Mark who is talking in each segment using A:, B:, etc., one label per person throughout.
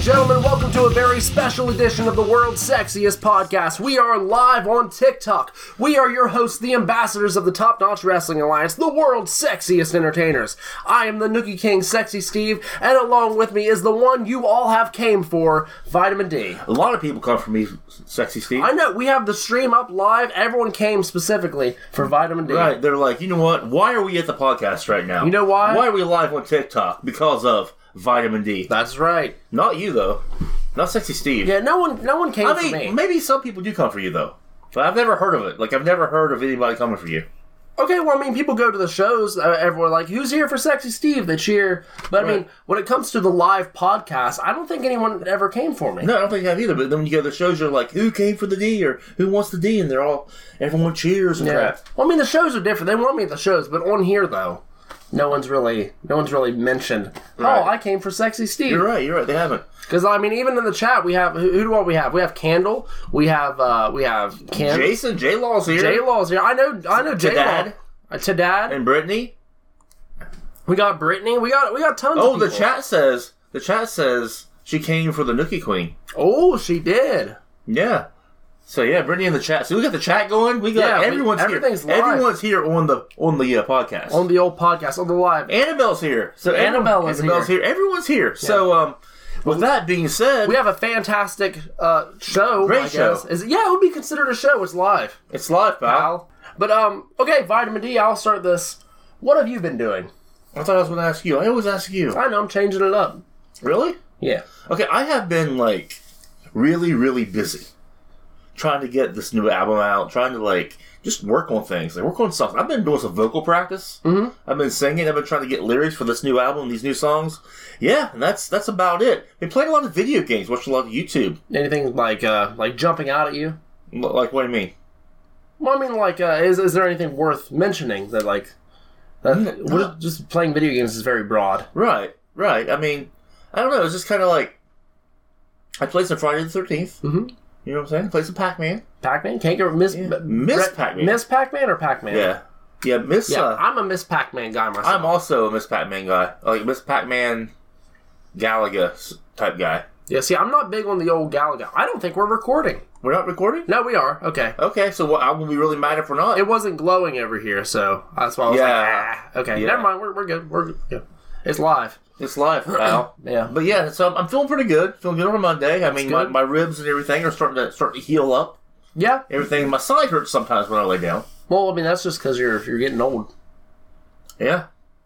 A: gentlemen, welcome to a very special edition of the world's sexiest podcast. We are live on TikTok. We are your hosts, the ambassadors of the Top Notch Wrestling Alliance, the world's sexiest entertainers. I am the Nookie King, Sexy Steve, and along with me is the one you all have came for, Vitamin D.
B: A lot of people come for me, sexy Steve.
A: I know we have the stream up live. Everyone came specifically for Vitamin D.
B: Right? They're like, you know what? Why are we at the podcast right now?
A: You know why?
B: Why are we live on TikTok? Because of vitamin D.
A: That's right.
B: Not you though. Not sexy Steve.
A: Yeah, no one, no one came
B: I
A: for me.
B: mean, maybe some people do come for you though, but I've never heard of it. Like I've never heard of anybody coming for you.
A: Okay, well, I mean, people go to the shows. Uh, everyone like, who's here for Sexy Steve? They cheer. But I mean,
B: Right.
A: when it comes to the live podcast, I don't think anyone ever came for me.
B: No, I don't think I have either. But then when you go to the shows, you're like, who came for the D or who wants the D? And they're all everyone cheers and
A: yeah.
B: crap.
A: Well, I mean, the shows are different. They want me at the shows, but on here though, no one's really, no one's really mentioned. Oh,
B: Right.
A: I came for Sexy Steve.
B: You're right. You're right. They haven't.
A: Because I mean, even in the chat, we have who, who do all we have? We have Candle. We have uh we have Cam.
B: Jason J Law's here
A: J Law's here. I know. I know. J Law.
B: Dad.
A: Uh, To dad.
B: and Brittany.
A: we got Brittany. We got we got tons.
B: Oh,
A: of
B: the
A: people.
B: chat says the chat says she came for the Nookie Queen.
A: Oh, she did.
B: Yeah. So yeah, Brittany in the chat. So we got the chat going. We
A: Yeah,
B: got
A: we-
B: everyone's
A: everything's
B: here.
A: live.
B: Everyone's here on the on the uh, podcast.
A: On the old podcast, on the live.
B: Annabelle's here. So
A: Annabelle is
B: Annabelle's here. Everyone's here. So um, with that being said,
A: We have a fantastic uh, show.
B: Great
A: I
B: show.
A: guess. Is, yeah, it would be considered a show. It's live,
B: it's live, pal.
A: pal. But um, okay, vitamin D. I'll start this. What have you been doing?
B: I thought I was going to ask you. I always ask you.
A: I know I'm changing it up.
B: Really?
A: Yeah.
B: Okay, I have been like really, really busy trying to get this new album out, trying to like just work on things, like work on songs. I've been doing some vocal practice. Mm-hmm. I've been singing. I've been trying to get lyrics for this new album, these new songs. Yeah, and that's that's about it. Been playing a lot of video games, watching a lot of YouTube.
A: Anything like uh, like jumping out at you?
B: L- Like, what do you mean?
A: Well, I mean, like, uh, is is there anything worth mentioning that like? That,
B: Mm,
A: what- just playing video games is very broad.
B: Right, right. I mean, I don't know. It's just kind of like I played some Friday the 13th
A: Mhm.
B: You know what I'm saying? I played some Pac Man.
A: Pac-Man can't get Miss
B: Yeah.
A: B-
B: Miss
A: Brett-
B: Pac-Man.
A: Miss Pac-Man or Pac-Man.
B: Yeah, yeah. Miss
A: yeah.
B: uh,
A: I'm a Miss Pac-Man guy myself.
B: I'm also a Miss Pac-Man guy, like Miss Pac-Man, Galaga s- type guy.
A: yeah. See, I'm not big on the old Galaga. I don't think we're recording.
B: We're not recording.
A: No, we are. Okay.
B: Okay, so what, I will be really mad if we're not.
A: it wasn't glowing over here, so that's why I was
B: Yeah.
A: like, ah, okay,
B: Yeah.
A: never mind. We're, we're good. We're good. Yeah. It's live.
B: It's live, pal.
A: Yeah.
B: But yeah, so I'm, I'm feeling pretty good. Feeling good on a Monday. I mean, my,
A: good.
B: my ribs and everything are starting to start to heal up.
A: Yeah.
B: Everything. My side hurts sometimes when I lay down.
A: Well, I mean, that's just because you're you're getting old.
B: Yeah.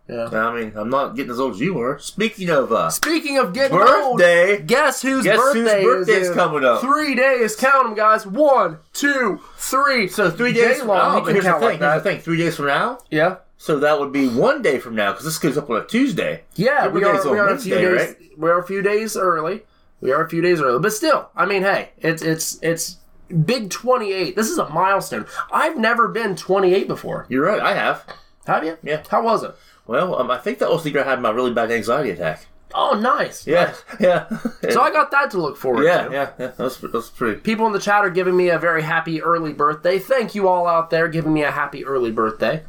A: Yeah.
B: I mean, I'm not getting as old as you were. Speaking of uh,
A: Speaking of getting
B: birthday,
A: old, guess whose
B: Guess whose
A: birthday
B: birthday's
A: is in
B: coming up?
A: Three days. Count them, guys. One, two, three.
B: so three days
A: Jay
B: from
A: Law,
B: now.
A: he
B: oh, but
A: can
B: here's the
A: count
B: thing.
A: like
B: here's the
A: that.
B: thing. Three days from now.
A: Yeah.
B: So that would be one day from now because this goes up on a Tuesday.
A: Yeah.
B: Your
A: We are,
B: birthday's on
A: we are a few
B: Wednesday,
A: days.
B: right?
A: We are a few days early. We are a few days early, but still, I mean, hey, it's it's it's big twenty eight. This is a milestone. I've never been twenty eight before.
B: You're right. I have.
A: Have you?
B: Yeah.
A: How was it?
B: Well, um, I think that was the year I had my really bad anxiety attack.
A: Oh, nice.
B: Yeah, yeah.
A: So I got that to look forward
B: yeah,
A: to.
B: yeah, yeah. That was, that was pretty.
A: People in the chat are giving me a very happy early birthday. Thank you all out there giving me a happy early birthday.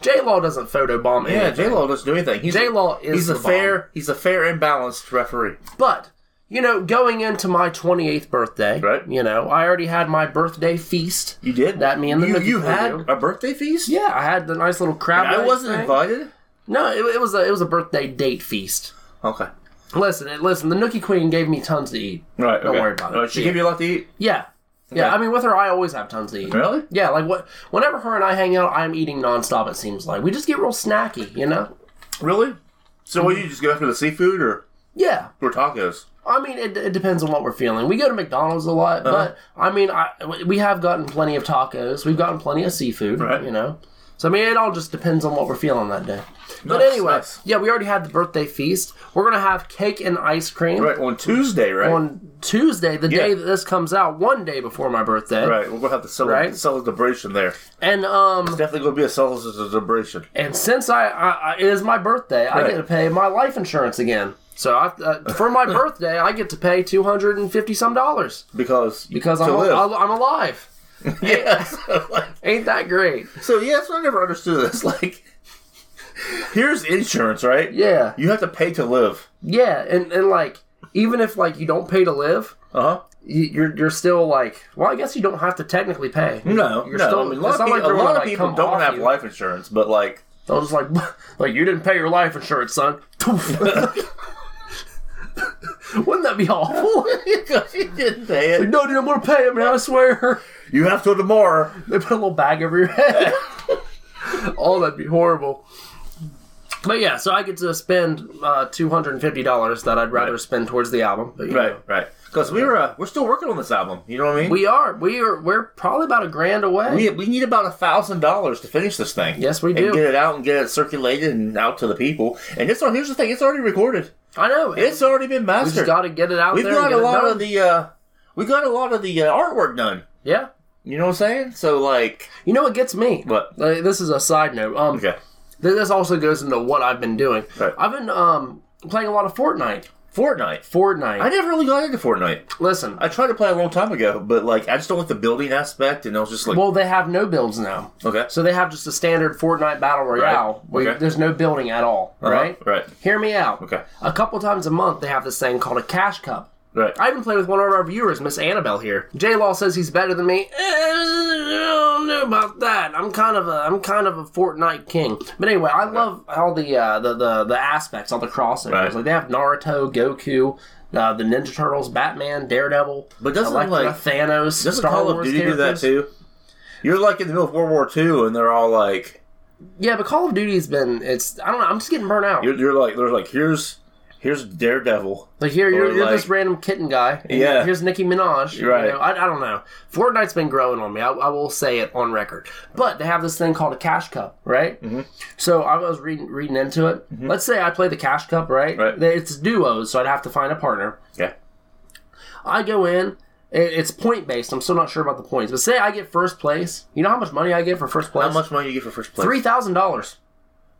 A: J Law doesn't photobomb
B: Yeah,
A: anything,
B: J Law doesn't do anything. He's,
A: J-Law is
B: he's a
A: the
B: fair, he's a fair and balanced referee.
A: but you know, going into my 28th birthday,
B: Right.
A: you know, I already had my birthday feast.
B: You did
A: That me and the
B: you,
A: Mickey
B: you
A: crew
B: had
A: do.
B: a birthday feast.
A: Yeah, I had the nice little crab.
B: I
A: leg
B: wasn't
A: thing.
B: invited.
A: No, it, it was a it was a birthday date feast.
B: Okay,
A: Listen, it- listen. The Nookie Queen gave me tons to eat.
B: right.
A: Don't worry about it.
B: she
A: Yeah.
B: give you a lot to eat.
A: Yeah, yeah.
B: Okay.
A: I mean, with her, I always have tons to eat.
B: Really?
A: Yeah, like what? Whenever her and I hang out, I'm eating nonstop. It seems like we just get real snacky, you know?
B: Really? So, will you just go after the seafood or
A: Yeah,
B: or tacos?
A: I mean, it, it depends on what we're feeling. We go to McDonald's a
B: Uh-huh.
A: lot, but I mean, I we have gotten plenty of tacos. We've gotten plenty of seafood,
B: Right.
A: you know. So I mean, it all just depends on what we're feeling that day. But
B: Nice,
A: anyway,
B: nice.
A: yeah, we already had the birthday feast. We're gonna have cake and ice cream
B: Right on Tuesday, right?
A: on Tuesday, the day
B: Yeah.
A: that this comes out, one day before my birthday.
B: right. We're gonna have to sell
A: Right.
B: sell a celebration there.
A: And um,
B: Definitely gonna be a cel- celebration.
A: And since I, I, I it is my birthday, I
B: Right.
A: get to pay my life insurance again. So I, uh, for my birthday, I get to pay two hundred and fifty some dollars
B: because you-
A: because
B: to
A: I'm,
B: live.
A: al- I'm alive.
B: yeah. So, like,
A: Ain't that great?
B: so yeah, that's what I never understood. This like, here's insurance, right?
A: Yeah,
B: You have to pay to live.
A: yeah, and and like even if like you don't pay to live,
B: Uh huh.
A: you, you're you're still like, well, I guess you don't have to technically pay.
B: No,
A: You're
B: no.
A: still-
B: I mean, a
A: it's
B: lot of
A: not
B: people,
A: like they're
B: a lot
A: gonna,
B: of
A: like,
B: people
A: come
B: don't
A: off
B: have
A: you.
B: life insurance, but like,
A: They'll just like, like you didn't pay your life insurance, son. Wouldn't that be awful?
B: you didn't pay it.
A: no, dude, I'm gonna pay it, man. I swear.
B: You have till tomorrow.
A: They put a little bag over your head. oh, that'd be horrible. But yeah, so I get to spend uh, two hundred and fifty dollars that I'd rather
B: Right.
A: spend towards the album. But, you know.
B: Right, right. Because we were uh, we're still working on this album. You know what I mean?
A: we are we are we're probably about a grand away.
B: we, we need about a thousand dollars to finish this thing.
A: Yes, we do.
B: And get it out and get it circulated and out to the people. And it's here's the thing: it's already recorded.
A: I know
B: It's already been
A: We just
B: mastered.
A: got to get it out
B: We've
A: there. and
B: got
A: get
B: a
A: it
B: lot
A: done.
B: of the uh, we got a lot of the uh, artwork done.
A: yeah.
B: You know what I'm saying? So like,
A: You know what gets me?
B: What?
A: Uh, This is a side note. Um,
B: okay,
A: th- this also goes into what I've been doing.
B: Right.
A: I've been um playing a lot of Fortnite.
B: Fortnite.
A: Fortnite.
B: I never really got into Fortnite.
A: Listen.
B: I tried to play a long time ago, but like I just don't like the building aspect, and I was just like,
A: well, they have no builds now.
B: okay,
A: So they have just a standard Fortnite battle royale.
B: Right.
A: Where you-
B: Okay.
A: there's no building at all,
B: Uh-huh.
A: right?
B: right,
A: Hear me out.
B: Okay.
A: A couple times a month, they have this thing called a cash cup.
B: right.
A: I even play with one of our viewers, Miss Annabelle here. J Law says he's better than me. Eh, I don't know about that. I'm kind of a I'm kind of a Fortnite king. But anyway, I love all the uh, the, the the aspects, all the crossovers.
B: Right.
A: Like they have Naruto, Goku, uh, the Ninja Turtles, Batman, Daredevil,
B: But doesn't,
A: Elektra,
B: like-
A: Thanos,
B: Doesn't
A: Star
B: Call
A: Wars
B: of Duty do that
A: characters.
B: too? You're like in the middle of World War II, and they're all like,
A: Yeah, but Call of Duty's been it's I don't know. I'm just getting burnt out.
B: you're, you're like, they're like, here's here's Daredevil.
A: Like here,
B: Or,
A: you're, you're
B: like-
A: this random kitten guy. and
B: Yeah.
A: Here's Nicki Minaj. you
B: Right.
A: know, I, I don't know. Fortnite's been growing on me. I, I will say it on record. But they have this thing called a cash cup, right? Mm-hmm. So I was reading reading into it. Let's say I play the cash cup, right?
B: Mm-hmm. Right.
A: It's duos, so I'd have to find a partner.
B: Yeah,
A: I go in. It, it's point based. I'm still not sure about the points, but say I get first place. You know how much money I get for first place?
B: how much money you get for first place?
A: Three thousand dollars.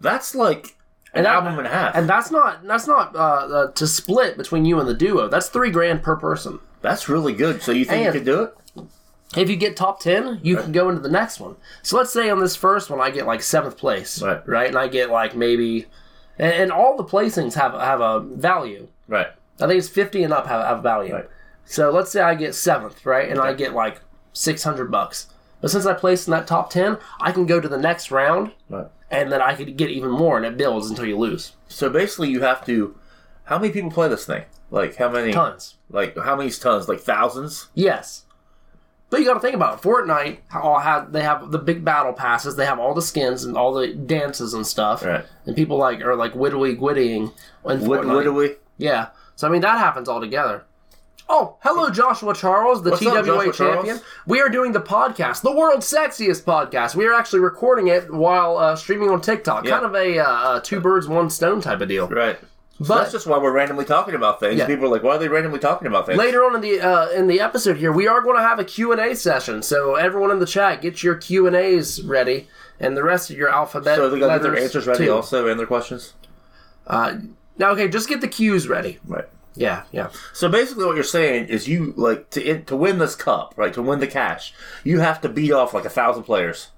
B: That's like an
A: And that-
B: album and a half.
A: And that's not that's not uh, uh, to split between you and the duo. That's three grand per person.
B: That's really good. So you think
A: And-
B: you could do it?
A: If you get top 10, you can go into the next one. So let's say on this first one, I get like seventh place,
B: Right.
A: And I get like maybe, and, and all the placings have have a value.
B: Right.
A: I think it's 50 and up have, have value.
B: Right.
A: So let's say I get seventh, right? And I get like 600 bucks. But since I placed in that top 10, I can go to the next round
B: Right.
A: and then I could get even more and it builds until you lose.
B: So basically, you have to. How many people play this thing? Like how many?
A: Tons.
B: Like how many tons? Like thousands?
A: Yes. But you got to think about it. Fortnite. how- All have they have the big battle passes. They have all the skins and all the dances and stuff.
B: Right.
A: And people like are like widdly gwiddying in
B: What,
A: Fortnite.
B: what do we?
A: yeah. So I mean that happens all together. Oh, hello, Joshua Charles, the
B: What's
A: TWA
B: up, Joshua Charles?
A: champion. We are doing the podcast, the world's sexiest podcast. We are actually recording it while uh, streaming on TikTok. Kind of a uh, two birds, one stone type of deal.
B: Right. But
A: But-
B: that's just why we're randomly talking about things.
A: Yeah.
B: People are like, why are they randomly talking about things?
A: later on in the uh, in the episode here we are going to have a q&a session so everyone in the chat get your q&as ready and the rest of your alphabet
B: So they got to get their
A: letters,
B: answers ready
A: too.
B: also and their questions.
A: uh, now okay just get the q's ready
B: Right.
A: yeah yeah
B: So basically, what you're saying is you like to in, to win this cup, right? To win the cash, you have to beat off like a thousand players.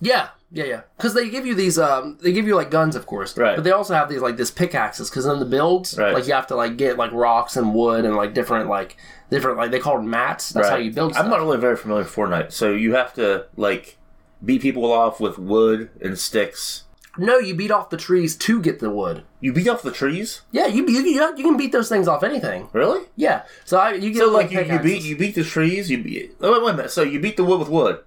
A: yeah yeah yeah because they give you these um they give you like guns of course
B: Right.
A: but they also have these like this pickaxes because in the builds
B: Right.
A: like you have to like get like rocks and wood and like different like different like they call them mats that's how
B: Right.
A: you build
B: I'm
A: stuff.
B: not really very familiar with Fortnite, so you have to like beat people off with wood and sticks.
A: no you beat off the trees to get the wood
B: You beat off the trees,
A: yeah you you, you, you can beat those things off anything
B: really?
A: yeah so I, you get
B: So like you,
A: little
B: you beat
A: pickaxes.
B: you beat the trees. You beat. Oh, wait, wait a minute. So you beat the wood with wood.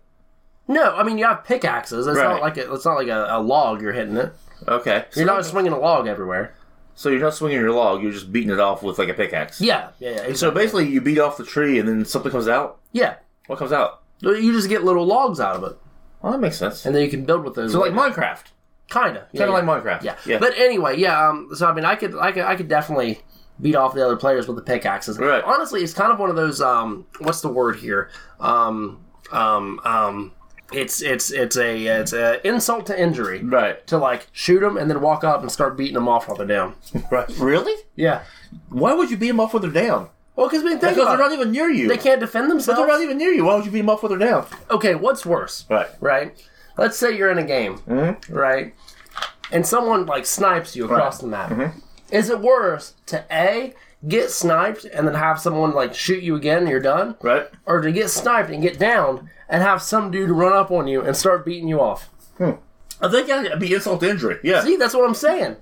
A: No, I mean you have pickaxes. It's not
B: Right.
A: like a, it's not like a, a log you're hitting it.
B: Okay. So
A: You're not swinging a log everywhere.
B: so you're not swinging your log. You're just beating it off with like a pickaxe.
A: Yeah, yeah, yeah.
B: So
A: exactly.
B: basically, you beat off the tree, and then something comes out.
A: yeah,
B: What comes out?
A: you just get little logs out of it,
B: Well, that makes sense.
A: and then you can build with those.
B: So like Minecraft,
A: kind of, yeah,
B: kind
A: yeah.
B: of like Minecraft.
A: yeah.
B: Yeah.
A: But anyway, yeah. Um, so I mean, I could, I could, I could definitely beat off the other players with the pickaxes.
B: Right.
A: Honestly, it's kind of one of those. Um, what's the word here? Um, um, um. It's it's it's a it's a insult to injury
B: right.
A: to like shoot them and then walk up and start beating them off while they're down.
B: Right. Really?
A: Yeah.
B: Why would you beat them off when they're down?
A: Well, because we think
B: Because
A: about
B: they're
A: it.
B: not even near you.
A: They can't defend
B: But
A: themselves.
B: they're not even near you. Why would you beat them off when they're down?
A: okay, what's worse,
B: Right.
A: right? Let's say you're in a game, right? Mm-hmm. And someone like snipes you across the map. Is it worse to A get sniped and then have someone like shoot you again and you're done,
B: right?
A: or to get sniped and get down and have some dude run up on you and start beating you off.
B: I think I'd be insult to injury. Yeah,
A: See, that's what I'm saying.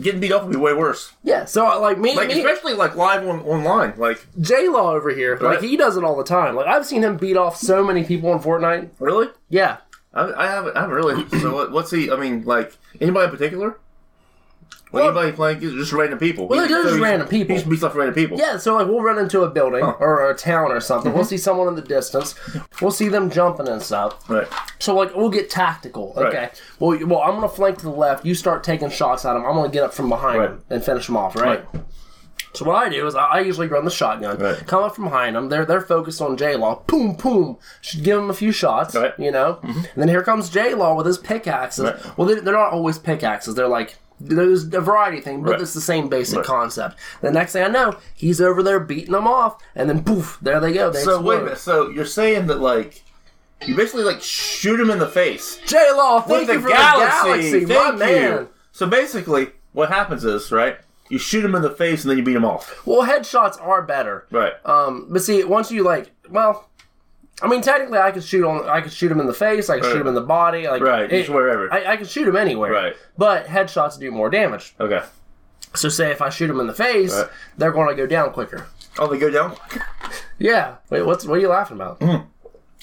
B: getting beat up would be way worse.
A: Yeah, so like me,
B: Like
A: me
B: especially like live on online. Like
A: J Law over here, like
B: Right.
A: he does it all the time. Like I've seen him beat off so many people in Fortnite.
B: really,
A: Yeah,
B: I, I haven't. I haven't really. so what, what's he? I mean, like anybody in particular? Like
A: Well-
B: anybody playing just random people. Well,
A: they're just random people.
B: He just beats up random people.
A: Yeah, so like we'll run into a building or a town or something. We'll see someone in the distance. We'll see them jumping and stuff.
B: Right.
A: So like we'll get tactical. Okay.
B: Right.
A: Well, you- well, I'm gonna flank to the left. You start taking shots at them. I'm gonna get up from behind
B: Right.
A: them and finish them off. Right.
B: Right.
A: So what I do is I, I usually run the shotgun.
B: Right.
A: Come up from behind them. They're they're focused on J Law. Boom, boom. Should give him a few shots.
B: Right. Mm-hmm.
A: You know. And then here comes J Law with his pickaxes.
B: Right.
A: Well, they, they're not always pickaxes. They're like there's a variety thing, but
B: Right.
A: it's the same basic
B: Right.
A: concept. The next thing I know, he's over there beating them off, and then poof, there they go. They
B: So wait
A: explode.
B: a minute. So you're saying that like you basically like shoot him in the face
A: J Law, thank
B: with
A: you
B: the
A: for
B: galaxy.
A: the galaxy,
B: Thank
A: my
B: you.
A: man.
B: So basically, what happens is right. You shoot him in the face and then you beat him off.
A: Well, headshots are better.
B: Right.
A: Um, but see, once you like, well, I mean, technically, I could shoot on, I could shoot him in the face, I could shoot him in the body, like
B: Right, just wherever.
A: I, I could shoot him anywhere.
B: Right.
A: But headshots do more damage.
B: okay.
A: So say if I shoot him in the face,
B: Right.
A: they're going to go down quicker.
B: Oh, they go down.
A: Yeah. Wait, what's what are you laughing about?
B: Mm.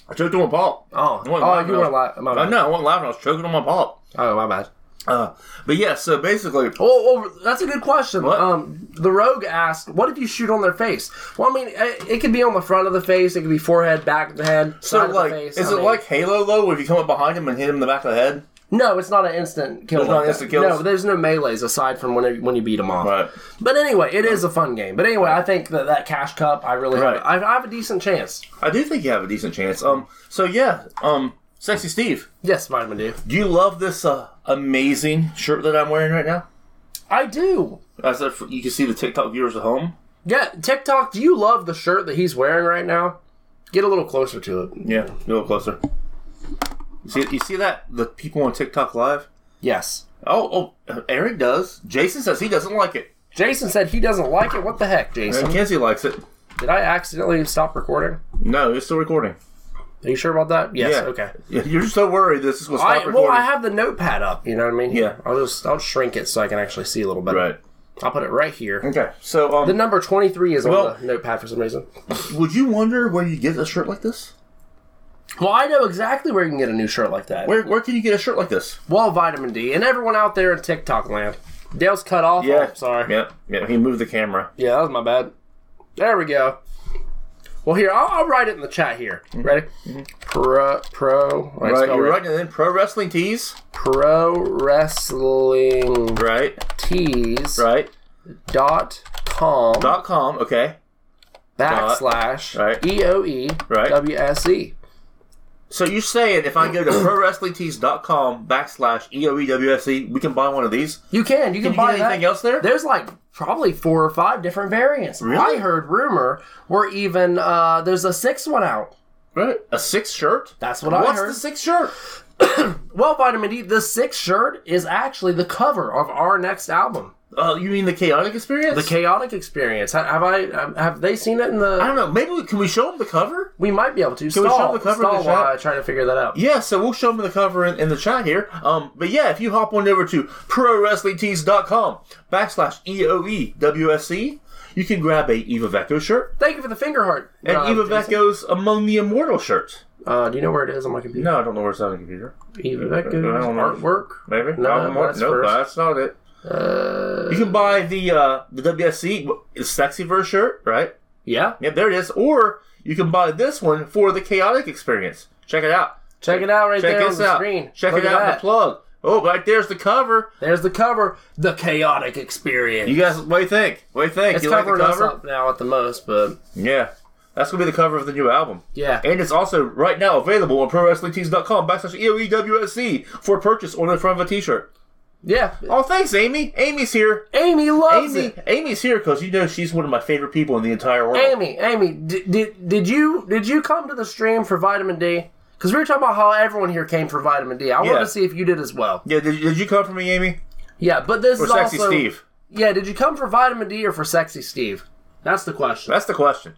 B: I choked on my pop.
A: Oh,
B: I
A: oh,
B: wasn't laughing,
A: you
B: I
A: were
B: was-
A: laughing.
B: I know. I wasn't laughing. I was choking on my pop.
A: Oh, my bad.
B: Uh, but yeah. So basically,
A: Oh, oh, that's a good question.
B: What?
A: Um, the rogue asked, "What if you shoot on their face?" Well, I mean, it, it could be on the front of the face, it could be forehead, back of the head,
B: So
A: side of
B: like,
A: the face.
B: is
A: I
B: it
A: mean-
B: like Halo though? If you come up behind him and hit him in the back of the head,
A: No, it's not an instant kill.
B: There's not
A: like that.
B: instant kills?
A: No, there's no melee's aside from when when you beat them off.
B: Right.
A: But anyway, it is a fun game. But anyway, I think that that cash cup, I really,
B: Right.
A: have, I, I have a decent chance.
B: I do think you have a decent chance. Um, so yeah, um, sexy Steve,
A: Yes, vitamin D.
B: do you love this uh, amazing shirt that I'm wearing right now?
A: I do.
B: As if you can see the TikTok viewers at home.
A: Yeah, TikTok. Do you love the shirt that he's wearing right now? Get a little closer to it.
B: Yeah, a little closer. You see, you see that the people on TikTok live.
A: Yes.
B: Oh, oh, Eric does. Jason says he doesn't like it.
A: Jason said he doesn't like it. What the heck, Jason?
B: And Kenzie likes it.
A: Did I accidentally stop recording?
B: No, it's still recording.
A: Are you sure about that? Yes.
B: Yeah.
A: Okay.
B: Yeah, You're so worried this is going to stop
A: I,
B: recording.
A: well, I have the notepad up. You know what I mean?
B: Yeah.
A: I'll just I'll shrink it so I can actually see a little better.
B: right.
A: I'll put it right here.
B: Okay. So, um,
A: The number twenty three is
B: Well-
A: on the notepad for some reason.
B: would you wonder where you get a shirt like this?
A: Well, I know exactly where you can get a new shirt like that.
B: Where where can you get a shirt like this?
A: Well, vitamin D and everyone out there in TikTok land. Dale's cut off. Oh, sorry.
B: Yeah, yeah. He moved the camera.
A: Yeah, that was my bad. There we go. Well, here I'll, I'll write it in the chat here. Ready? Pro pro. I
B: Mm-hmm. Right,
A: spelled
B: you're
A: it.
B: right. And then pro wrestling tees.
A: Pro wrestling
B: Right,
A: tees.
B: right.
A: dot com
B: Dot com. Okay.
A: backslash E
B: right.
A: EOE
B: Right.
A: WSE.
B: So you're saying if I go to pro wrestling com backslash E eoewse, we can buy one of these?
A: You can. You can,
B: Can you
A: buy
B: get anything
A: that.
B: else there?
A: There's like probably four or five different variants.
B: Really?
A: I heard rumor where even uh, there's a sixth one out.
B: Right. A six shirt.
A: That's what I
B: What's
A: heard.
B: the six shirt?
A: Well, Vitamin D, the sixth shirt is actually the cover of our next album,
B: Uh, you mean the chaotic experience?
A: The Chaotic Experience. Ha- Have I? um, Have they seen it in
B: I
A: the?
B: don't know. Maybe we, can we show them the cover?
A: We might be able to.
B: we
A: stall,
B: show the cover
A: stall
B: of the
A: while
B: shot?
A: I try to figure that out.
B: Yeah, so we'll show them the cover in, in the chat here. Um, but yeah, if you hop on over to prowrestlingtees.com backslash E EOEWSC, E, you can grab a Eva Vecco shirt
A: Thank you for the finger heart.
B: and
A: uh,
B: Eva
A: Jason.
B: Vecco's Among the Immortal shirt.
A: Uh, do you know where it is on my computer?
B: No, I don't know where it's on the computer.
A: Eva
B: I
A: Vecca's
B: don't know.
A: artwork.
B: Maybe?
A: No,
B: Album art?
A: that's
B: Nope,
A: first.
B: that's not it. you can buy the uh, the WSC w- Sexy Verse shirt, right?
A: Yeah,
B: Yep, there it is. Or you can buy this one for the chaotic experience. Check it out.
A: check it out right
B: Check
A: there on
B: this
A: the
B: out.
A: screen.
B: Check
A: Look
B: it
A: at
B: out in the
A: that.
B: plug. Oh, right there's the cover.
A: There's the cover, the chaotic experience.
B: You guys, what do you think? What do you think?
A: it's
B: you like the
A: covering us
B: cover?
A: up now at the most, but
B: Yeah. That's going to be the cover of the new album.
A: yeah,
B: And it's also right now available on prowrestlingtees.com backslash E EOEWSC for purchase on the front of a t-shirt.
A: yeah.
B: Oh, thanks, Amy. Amy's here.
A: Amy loves
B: Amy,
A: it.
B: Amy's here because you know she's one of my favorite people in the entire world.
A: Amy, Amy, did, did did you did you come to the stream for vitamin D? Because we were talking about how everyone here came for vitamin D. I wanted
B: Yeah.
A: to see if you did as well.
B: Yeah, did, did you come for me, Amy?
A: Yeah, but this
B: Or
A: is
B: Sexy
A: also
B: Steve?
A: yeah. Did you come for vitamin D or for sexy Steve? That's the question.
B: That's the question.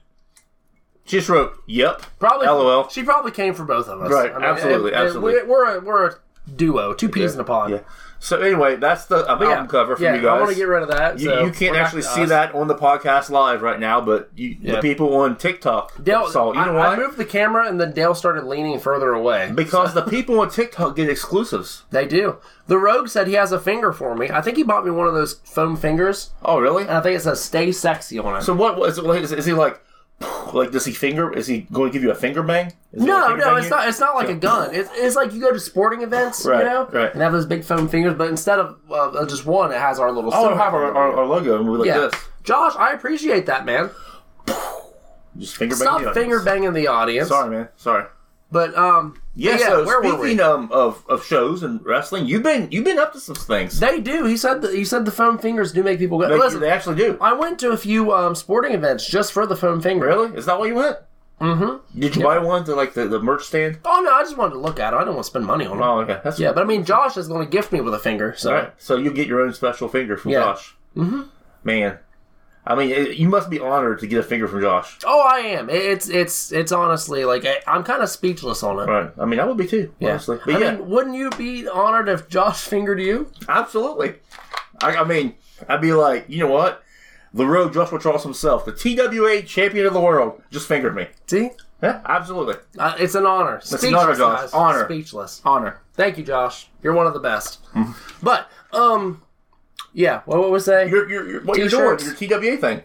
B: She just wrote, "Yep."
A: Probably.
B: LOL.
A: She probably came for both of us.
B: Right, absolutely,
A: it- it-
B: absolutely.
A: we're- we're a, we're a duo, two peas in a pod.
B: Yeah. So anyway, that's the uh,
A: But
B: album cover for
A: yeah,
B: you guys.
A: I want to get rid of that.
B: You,
A: so
B: you can't
A: we're back
B: actually
A: to
B: see
A: us.
B: that on the podcast live right now, but you,
A: Yeah.
B: the people on TikTok
A: Dale,
B: saw. it. You know
A: I, I
B: why?
A: moved the camera, and then Dale started leaning further away.
B: because the people on TikTok get exclusives.
A: They do. The rogue said he has a finger for me. I think he bought me one of those foam fingers,
B: Oh, really?
A: and I think it says "Stay Sexy" on it.
B: So what was it like? Is, is he like, like does he finger? Is he going to give you a finger bang? Is he gonna
A: no,
B: finger
A: no,
B: bang
A: it's
B: you?
A: not. It's not like a gun. It's, it's like you go to sporting events,
B: Right,
A: you know,
B: right.
A: and have those big foom fingers. But instead of uh, just one, it has our little.
B: Oh,
A: symbol.
B: it'll have our, our, our logo and we'll be like
A: yeah.
B: this.
A: Josh, I appreciate that, man.
B: Just finger bang. the
A: Stop
B: audience.
A: finger banging the audience.
B: Sorry, man. Sorry.
A: But um,
B: Yeah.
A: but yeah
B: so
A: where were we?
B: speaking um, of of shows and wrestling, you've been you've been up to some things.
A: They do. He said. The, he said the foam fingers do make people go.
B: Like,
A: Listen,
B: they actually do.
A: I went to a few um, sporting events just for the foam finger.
B: Really? Is that why you went? Mm-hmm. Did you buy one to like the, the merch stand?
A: Oh no, I just wanted to look at it. I didn't want to spend money on it.
B: Oh, okay. That's
A: Yeah, but I mean, Josh is going to gift me with a finger. So
B: All right. So you get your own special finger from
A: Yeah.
B: Josh. Mm-hmm. Man, I mean, it, you must be honored to get a finger from Josh.
A: oh, I am. It- It's it's it's honestly like I, I'm kind of speechless on it.
B: All right. I mean, I would be too,
A: Yeah.
B: honestly. But
A: I
B: yeah,
A: mean, wouldn't you be honored if Josh fingered you?
B: absolutely. I, I mean, I'd be like, you know what? The road Joshua Charles himself, the TWA champion of the world, just fingered me.
A: See,
B: Yeah, absolutely.
A: uh, it's an honor. Speechless,
B: an honor, Josh.
A: guys.
B: Honor.
A: Speechless.
B: Honor.
A: Thank you, Josh. You're one of the best.
B: Mm-hmm.
A: but um, yeah. What what was that?
B: You're, you're, you're, what you're doing,
A: T-shirts.
B: your TWA thing.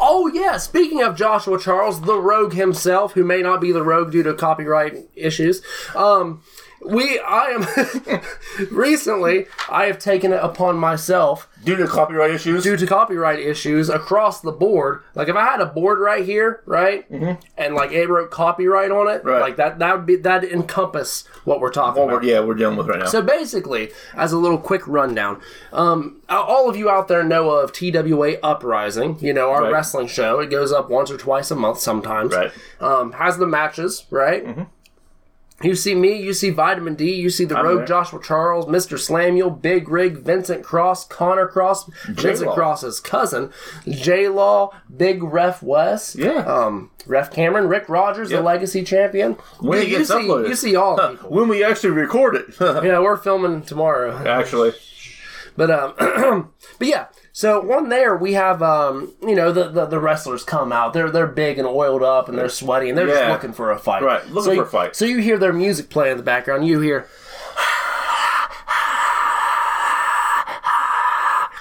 A: Oh yeah, speaking of Joshua Charles, the Rogue himself, who may not be the Rogue due to copyright issues, um, we I am recently I have taken it upon myself
B: Due to copyright issues.
A: due to copyright issues across the board. Like if I had a board right here, right, and like it wrote copyright on it,
B: Right.
A: like that that would be that would encompass what we're talking about.
B: Oh, We're- yeah, we're dealing with right now.
A: So basically, as a little quick rundown, um, all of you out there know of TWA Uprising. You know our
B: Right.
A: wrestling show. It goes up once or twice a month sometimes.
B: Right. Mm-hmm.
A: Um, has the matches right. You see me, you see Vitamin D, you see the Rogue
B: there.
A: Joshua Charles, Mr. Slamuel, Big Rig, Vincent Cross, Connor Cross, Vincent
B: J-Law.
A: Cross's cousin, J Law, Big Ref West,
B: Yeah.
A: um, Ref Cameron, Rick Rogers, the
B: Yep.
A: Legacy Champion.
B: when
A: you,
B: it gets
A: you see,
B: uploaded.
A: you see all the
B: Huh,
A: people.
B: When we actually record it.
A: Yeah, we're filming tomorrow.
B: actually.
A: But um, but yeah. So on there we have um, you know the, the the wrestlers come out. They're they're big and oiled up and they're sweaty and they're just
B: Yeah.
A: looking for a fight.
B: Right, looking
A: So you-
B: for a fight.
A: So you hear their music playing in the background. You hear.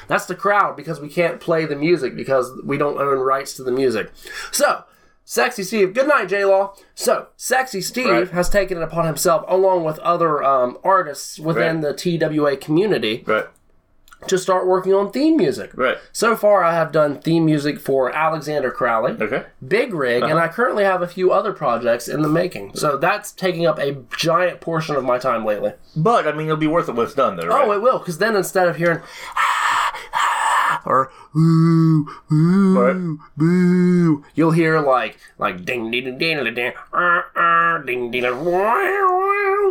A: That's the crowd because we can't play the music because we don't own rights to the music. So, Sexy Steve, good night, J Law. So, Sexy Steve
B: Right.
A: has taken it upon himself, along with other um, artists within the TWA community,
B: Right.
A: to start working on theme music.
B: Right.
A: So far, I have done theme music for Alexander Crowley,
B: Okay.
A: Big Rig, and I currently have a few other projects in the making. So that's taking up a giant portion of my time lately.
B: But I mean, it'll be worth it when it's done, though, right?
A: Oh, it will, because then instead of hearing or ooh, ooh,
B: Right.
A: boo, you'll hear like like ding ding ding ding ding ding uh, uh, ding ding ding, wow,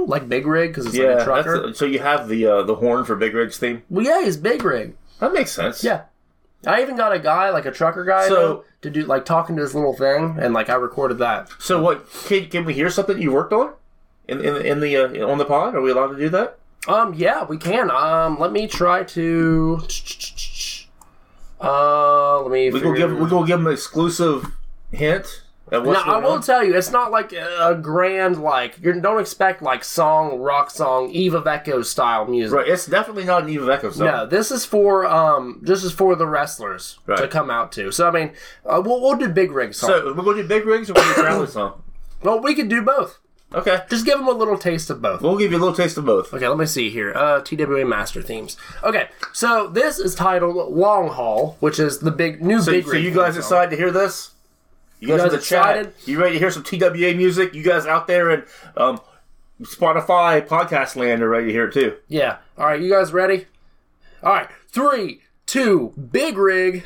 A: wow, like Big Rig because it's like
B: yeah.
A: a trucker.
B: that's- so you have the uh, the horn for Big Rig's theme.
A: well, yeah, he's Big Rig.
B: That makes sense.
A: Yeah. I even got a guy, like a trucker guy,
B: So-
A: though, to do like talking to his little thing, and like I recorded that.
B: So what? Can, can we hear something you worked on in in, in the uh, on the pod? Are we allowed to do that?
A: Um, yeah, we can. Um, let me try to. Uh, let me.
B: We go
A: figure-
B: give we go give them an exclusive hint. At what's
A: Now I
B: going
A: will
B: on?
A: tell you, it's not like a a grand like you don't expect like song rock song Eva Vecco style music.
B: Right. It's definitely not an even echo song.
A: No, this is for um, this is for the wrestlers to
B: Right.
A: come out to. So I mean, uh, we'll we'll do big rig song.
B: So we're going to do Big Rig's or we're going to do Crowley's song.
A: well, we could do both.
B: Okay.
A: Just give them a little taste of both.
B: We'll give you a little taste of both.
A: Okay, let me see here. Uh, TWA Master Themes. Okay, so this is titled Long Haul, which is the big new
B: So,
A: big.
B: so
A: rig
B: you guys
A: theme song.
B: excited to hear this? You guys,
A: guys
B: in the chat,
A: excited?
B: you ready to hear some TWA music? You guys out there in um, Spotify podcast land are ready to hear it too.
A: Yeah. All right, you guys ready? All right, three, two, big rig.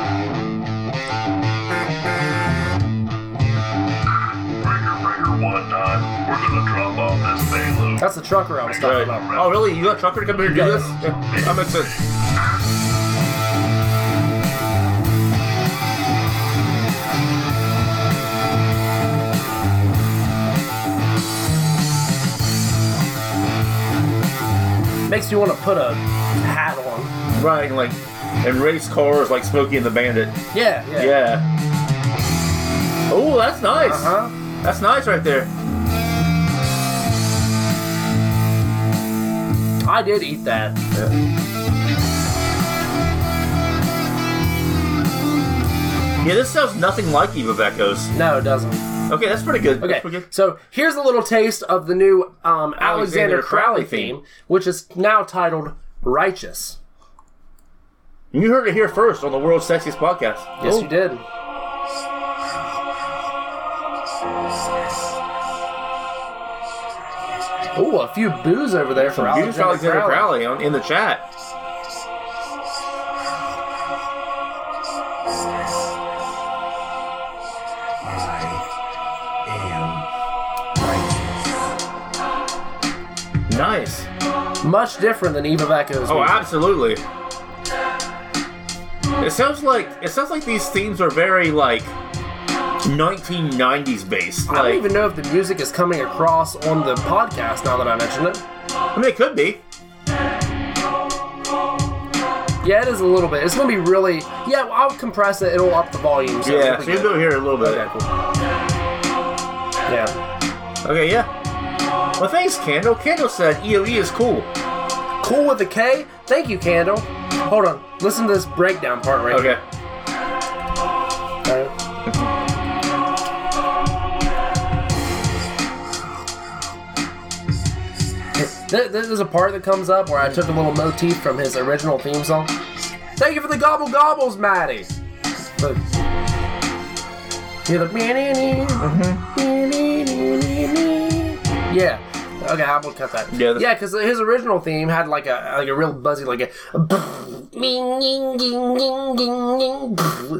C: Breaker, breaker, one nine. We're gonna drop off this payload.
A: That's the trucker I was talking
B: Right.
A: about.
B: Oh, really? You got Trucker to come here and do
A: Yeah.
B: this? Yeah. That makes sense.
A: Makes me want to put a hat on.
B: Right, like, and race cars like Smokey and the Bandit.
A: Yeah, yeah.
B: Yeah. Oh, that's nice.
A: Uh-huh.
B: That's nice right there.
A: I did eat that.
B: Yeah, this sounds nothing like Eva Becco's.
A: No, it doesn't.
B: Okay, that's pretty good. That's
A: Okay,
B: pretty good.
A: so here's a little taste of the new um, Alexander,
B: Alexander
A: Crowley
B: Crowley
A: theme,
B: theme.
A: which is now titled Righteous.
B: You heard it here first on the world's sexiest podcast.
A: Yes,
B: Oh.
A: you did. Ooh, a few boos over there for
B: Use
A: Alexander,
B: Alexander
A: Crowley.
B: Crowley on, in the chat. Nice.
A: Much different than Eva Vacco's.
B: Oh,
A: music.
B: absolutely. It sounds like it sounds like these themes are very like 1990s based.
A: I
B: like-
A: don't even know if the music is coming across on the podcast now that I mention it.
B: I mean, it could be.
A: Yeah, it is a little bit. It's gonna be really. Yeah, well, I'll compress it. It'll up the volume. So
B: Yeah,
A: it'll
B: so
A: be
B: you can go
A: good.
B: here a little bit.
A: Okay, cool. Yeah,
B: Okay, yeah. Well, thanks, Candle. Candle said EOE is cool.
A: cool with a K. Thank you, Candle. Hold on. Listen to this breakdown part right
B: Okay.
A: here. All right. Th- th- There's a part that comes up where I took a little motif from his original theme song. Thank you for the gobble gobbles, Maddie. Look. You're the yeah. Okay, I'm gonna cut that.
B: Yeah, that's-
A: yeah, because his original theme had like a like a real buzzy like a.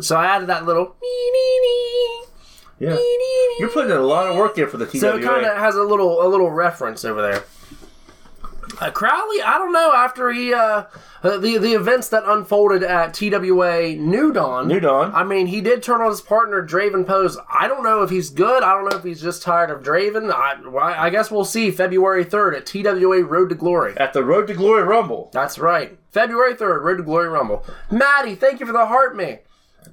A: So I added that little.
B: Yeah. You're putting in a lot of work here for the TWA.
A: So it kind of has a little a little reference over there. Uh, Crowley, I don't know. After he uh, uh, the the events that unfolded at TWA New Dawn,
B: New Dawn.
A: I mean, he did turn on his partner Draven Pose. I don't know if he's good. I don't know if he's just tired of Draven. I well, I guess we'll see. February third at TWA Road to Glory.
B: At the Road to Glory Rumble.
A: That's right. February third, Road to Glory Rumble. Maddie, thank you for the heart, me.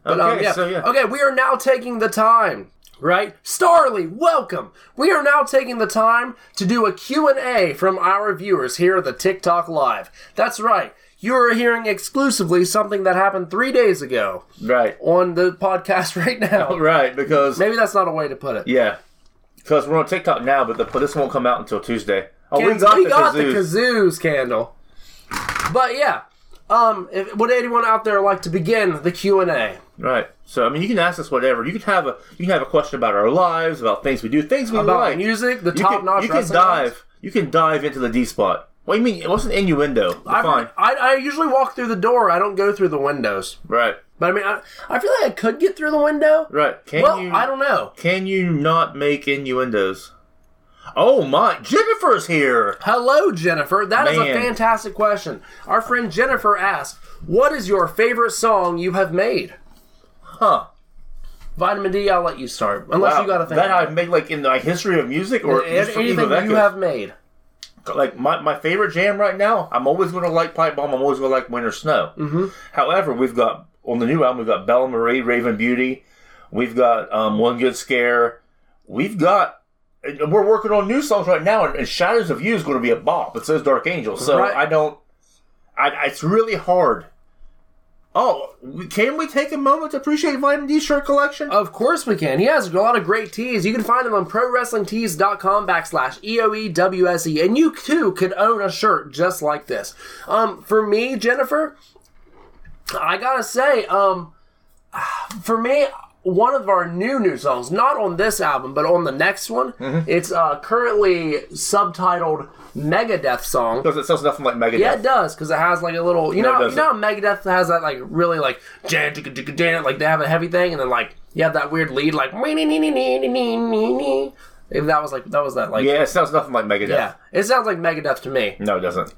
A: But, um,
B: okay,
A: yeah.
B: so yeah.
A: Okay, we are now taking the time, right? Starly, welcome. We are now taking the time to do a Q&A from our viewers here at the TikTok Live. That's right. You are hearing exclusively something that happened 3 days ago
B: Right.
A: on the podcast right now.
B: Right, because,
A: Maybe that's not a way to put it.
B: yeah. Because we're on TikTok now, but, the, but this won't come out until Tuesday. Oh,
A: And
B: we got, the,
A: the kazoos,
B: kazoos.
A: Candle. But yeah, um, if, would anyone out there like to begin the Q&A?
B: Right. So, I mean, you can ask us whatever. You can have a you can have a question about our lives, about things we do, things we
A: About
B: like.
A: music, the
B: You
A: top notch
B: can, you can
A: wrestling
B: dive.
A: lines?
B: You can dive into the D spot. What do you mean? What's an innuendo?
A: I've-
B: Fine.
A: I, I usually walk through the door. I don't go through the windows.
B: Right.
A: But I mean, I, I feel like I could get through the window.
B: Right. Can
A: Well,
B: you?
A: I don't know.
B: Can you not make innuendos? Oh my! Jennifer's here.
A: Hello, Jennifer. That is a
B: Man.
A: fantastic question. Our friend Jennifer asked, "What is your favorite song you have made?"
B: Huh?
A: Vitamin D. I'll let you start, unless
B: Wow.
A: you got to think.
B: that I've made like in the history of music or
A: And
B: just for Eva
A: anything you
B: Vekas?
A: have made.
B: like my, my favorite jam right now. I'm always going to like Pipe Bomb. I'm always going to like Winter Snow. Mm-hmm. However, we've got on the new album we've got Bella Marie, Raven Beauty. We've got um, One Good Scare. We've got and we're working on new songs right now, and, and Shadows of You is going to be a bop. It says Dark Angel, so
A: Right.
B: I don't. I, I- it's really hard. Oh, we- can we take a moment to appreciate Vitamin D shirt collection?
A: Of course we can. He has a lot of great tees. You can find him on prowrestlingtees.com backslash E EOEWSE. E, And you too could own a shirt just like this. Um, for me, Jennifer, I gotta say, um, for me, one of our new new songs, not on this album, but on the next one, it's uh, currently subtitled Megadeth Song.
B: Because it sounds nothing like Megadeth.
A: Yeah, it does because it has like a little. You
B: No, it
A: know, you
B: doesn't.
A: know, how Megadeth has that like really like jan- jan- jan- jan- like they have a heavy thing, and then like you have that weird lead like. If that was like that was that like
B: Yeah, it sounds nothing like Megadeth.
A: yeah. It sounds like Megadeth to me.
B: No, it doesn't.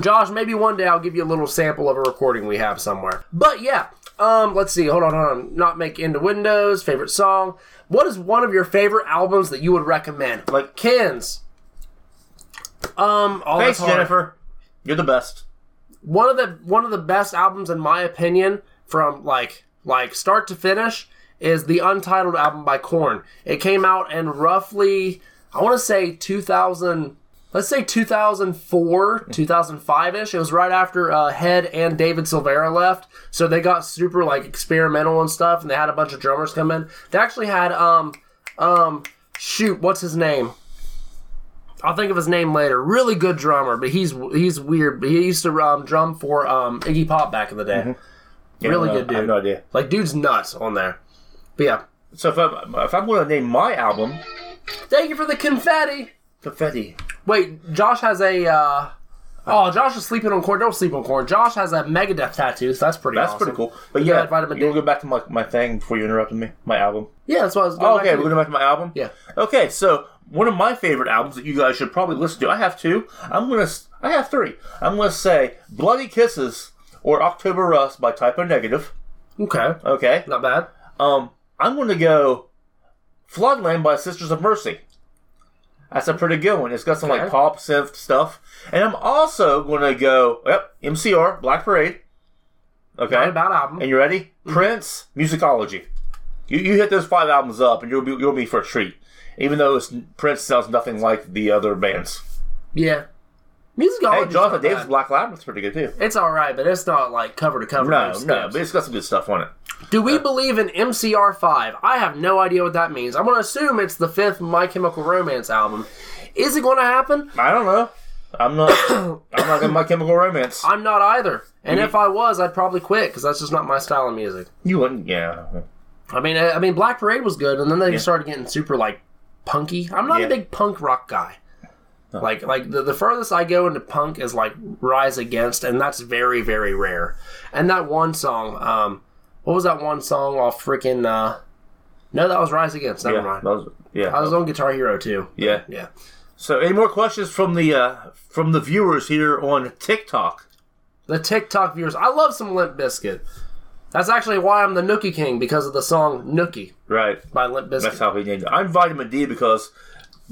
A: Josh, maybe one day I'll give you a little sample of a recording we have somewhere. But yeah, um, let's see. Hold on, hold on. Not make into windows. Favorite song. What is one of your favorite albums that you would recommend? Like Ken's. Um, all that's
B: Thanks,
A: hard.
B: Jennifer. You're the best.
A: One of the one of the best albums in my opinion, from like like start to finish, is the Untitled album by Korn. It came out in roughly I want to say 2000 let's say 2004 2005ish it was right after uh, head and david silvera left so they got super like experimental and stuff and they had a bunch of drummers come in they actually had um um shoot what's his name i'll think of his name later really good drummer but he's he's weird but he used to um, drum for um iggy pop back in the day
B: Mm-hmm. Yeah,
A: Really
B: no,
A: good
B: I have
A: dude.
B: no idea.
A: like dude's nuts on there but yeah
B: So if I'm if I'm going to name my album,
A: thank you for the confetti
B: Confetti.
A: Wait, Josh has a. Uh, oh, Josh is sleeping on corn. Don't sleep on corn. Josh has a Megadeth tattoo. So that's pretty.
B: That's
A: awesome.
B: pretty cool. But
A: Yeah,
B: yeah,
A: vitamin D.
B: you want to go back to my, my thing before you interrupted me? My album.
A: Yeah, that's what I was. Going
B: Oh,
A: back to.
B: okay, we're going back to my album?
A: Yeah.
B: Okay, so one of my favorite albums that you guys should probably listen to, I have two. I'm going to, I have three. I'm going to say Bloody Kisses or October Rust by Typo Negative.
A: okay,
B: Okay.
A: not bad.
B: Um, I'm going to go Floodland by Sisters of Mercy. That's a pretty good one. It's got some
A: Okay.
B: like pop synth stuff, and I'm also going to go yep MCR Black Parade.
A: Not
B: Okay,
A: a bad Mm-hmm. album.
B: and you ready? Prince Musicology. You, you hit those five albums up, and you'll be you'll be for a treat. Even though it's, Prince sounds nothing like the other bands.
A: yeah, music.
B: Hey, Jonathan Davis Black Labyrinth's pretty good too.
A: It's all right, but it's not like cover to cover.
B: No,
A: those
B: no,
A: steps.
B: but it's got some good stuff on it.
A: Do
B: Uh,
A: we believe in MCR five? I have no idea what that means. I'm gonna assume it's the fifth My Chemical Romance album. Is it going to happen?
B: I don't know. I'm not. I'm not in my Chemical Romance.
A: I'm not either. And
B: Mm-hmm.
A: if I was, I'd probably quit because that's just not my style of music.
B: You wouldn't. Yeah.
A: I mean, I, I mean, Black Parade was good, and then they started getting super like punky. I'm not
B: Yeah.
A: a big punk rock guy. Like, like the, the furthest I go into punk is like Rise Against, and that's very, very rare. And that one song, um, what was that one song off freaking? Uh, no, that was Rise Against. Never
B: Yeah,
A: mind.
B: that was- yeah,
A: I was on Guitar Hero too.
B: Oh. yeah.
A: Yeah.
B: So, any more questions from the uh, from the viewers here on TikTok?
A: The TikTok viewers, I love some Limp Biscuit. That's actually why I'm the Nookie King because of the song Nookie
B: Right,
A: by Limp
B: that's
A: Biscuit.
B: how he named it. I'm vitamin D because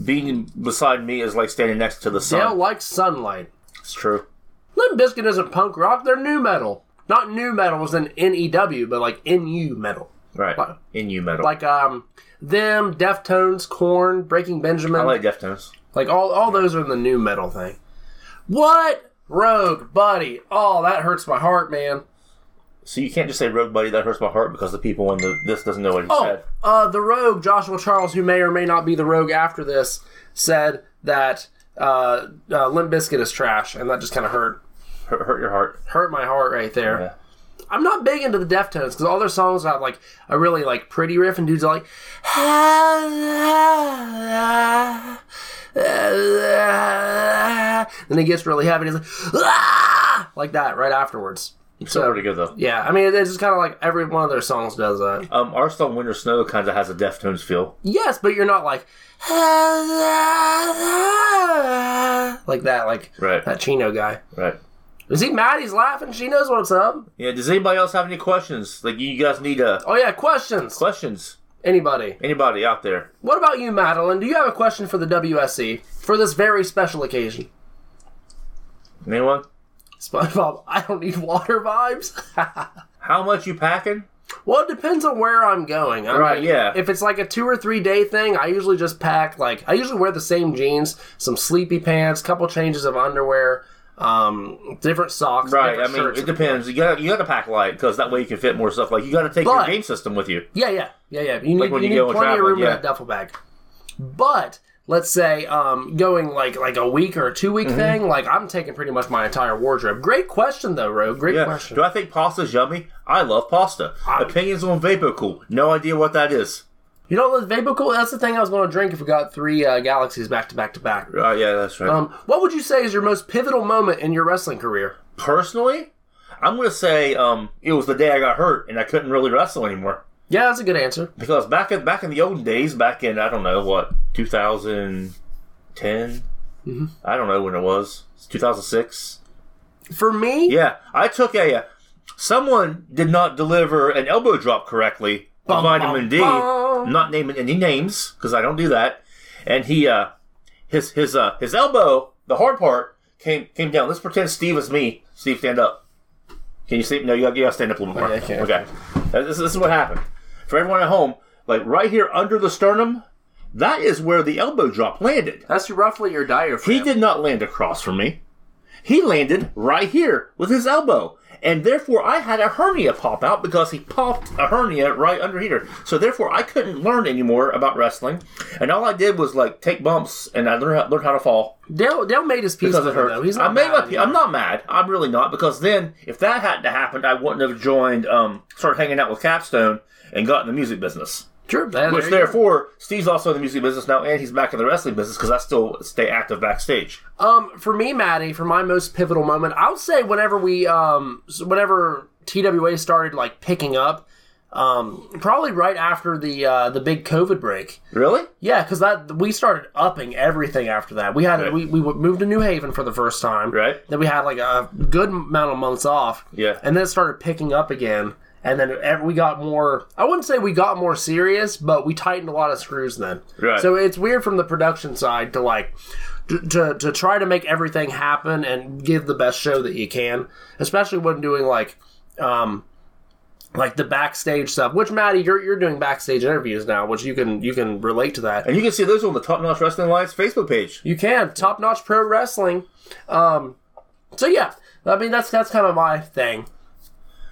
B: being beside me is like standing next to the sun.
A: Dale likes sunlight.
B: It's true.
A: Limp Bizkit isn't punk rock; they're new metal. Not new metal was in N.E.W., but like N.U. metal,
B: Right,
A: Like-
B: in you metal.
A: like um them, Deftones, Corn, Breaking Benjamin,
B: I
A: like,
B: like Deftones.
A: all all those are in the new metal thing. What rogue buddy? Oh, that hurts my heart, man.
B: So you can't just say Rogue Buddy. That hurts my heart because the people in the this doesn't know what he
A: Oh,
B: said.
A: uh, the rogue Joshua Charles, who may or may not be the rogue after this, said that uh, uh, Limp Bizkit is trash, and that just kind of hurt
B: Hurt, hurt your heart.
A: hurt my heart right there.
B: Yeah.
A: I'm not big into the Deftones because all their songs have like a really like pretty riff, and dudes are like, then it gets really heavy. And it's like, "Ah!" like that right afterwards.
B: It's pretty good though.
A: Yeah, I mean it's just kind of like every one of their songs does that.
B: Um, Our Song Winter Snow kind of has a Deftones feel.
A: Yes, but you're not like like that, like
B: Right,
A: that Chino guy.
B: right.
A: Is he mad? He's laughing. She knows what's up.
B: Yeah. Does anybody else have any questions? Like you guys need uh,
A: Oh yeah, questions.
B: questions?
A: Anybody?
B: Anybody out there?
A: What about you, Madeline? Do you have a question for the WSC for this very special occasion?
B: Anyone?
A: SpongeBob, I don't need water vibes.
B: How much you packing?
A: well, it depends on where I'm going. I
B: Right,
A: mean,
B: yeah.
A: If it's like a two or three day thing, I usually just pack like I usually wear the same jeans, some sleepy pants, couple changes of underwear, um, different socks.
B: Right. I
A: different
B: mean,
A: shirts.
B: it depends. You got to you got to pack light because that way you can fit more stuff. Like you got to take
A: But-
B: your game system with you.
A: Yeah, yeah, yeah, yeah. You need,
B: when
A: you need
B: you go
A: plenty of
B: traveling,
A: room in
B: yeah.
A: that duffel bag. But let's say um, going like like a week or a two
B: Mm-hmm.
A: week thing, like I'm taking pretty much my entire wardrobe. Great question though, Rogue. Great
B: Yeah.
A: question.
B: Do I think pasta's yummy? I love pasta. Opinions on VapoCool. No idea what that is.
A: you know, the Vapor Cool. That's the thing I was going to drink if we got three uh, galaxies back to back to back.
B: Uh, yeah, that's right.
A: Um, what would you say is your most pivotal moment in your wrestling career?
B: Personally, I'm gonna say um, it was the day I got hurt and I couldn't really wrestle anymore.
A: Yeah, that's a good answer.
B: Because back in back in the old days, back in I don't know what 2010, I don't know when it was 2006.
A: For me,
B: Yeah, I took a. Uh, someone did not deliver an elbow drop correctly.
A: Bum,
B: vitamin
A: bum,
B: D.
A: bum.
B: Not naming any names because I don't do that. And he, uh, his his uh, his elbow, the hard part came came down. Let's pretend Steve is me. Steve, stand up. Can you see? No, you gotta, you gotta stand up a little bit more.
A: Okay,
B: Okay. Uh,
A: okay.
B: This, this is what happened. For everyone at home, like right here under the sternum, that is where the elbow drop landed.
A: that's roughly your diaphragm.
B: He did not land across from me. He landed right here with his elbow. And therefore, I had a hernia pop out because he popped a hernia right under here. So therefore, I couldn't learn anymore about wrestling. And all I did was like take bumps, and I learned how, learned how to fall
A: Dale, Dale made his peace
B: because
A: with
B: it
A: her though.
B: hurt.
A: He's
B: I
A: not
B: made
A: mad
B: my. pe- I'm not mad. I'm really not because then, if that hadn't happened, I wouldn't have joined. Um, started hanging out with Capstone and got in the music business.
A: Sure, there
B: Which
A: you go.
B: therefore, Steve's also in the music business now, and he's back in the wrestling business because I still stay active backstage.
A: Um, for me, Maddie, for my most pivotal moment, I would say whenever we, um, s- whenever TWA started like picking up, um, probably right after the uh, the big COVID break.
B: Really?
A: Yeah, because that we started upping everything after that. We had
B: Right.
A: we, we moved to New Haven for the first time.
B: Right.
A: Then we had like a good amount of months off.
B: Yeah.
A: And then it started picking up again. And then ev- we got more. I wouldn't say we got more serious, but we tightened a lot of screws then.
B: Right.
A: So it's weird from the production side to like to, to, to try to make everything happen and give the best show that you can, especially when doing like um like the backstage stuff. Which Maddie, you're you're doing backstage interviews now, which you can you can relate to that.
B: And you can see those on the Top Notch Wrestling Alliance Facebook page.
A: You can top notch pro wrestling. Um, so yeah, I mean that's that's kind of my thing.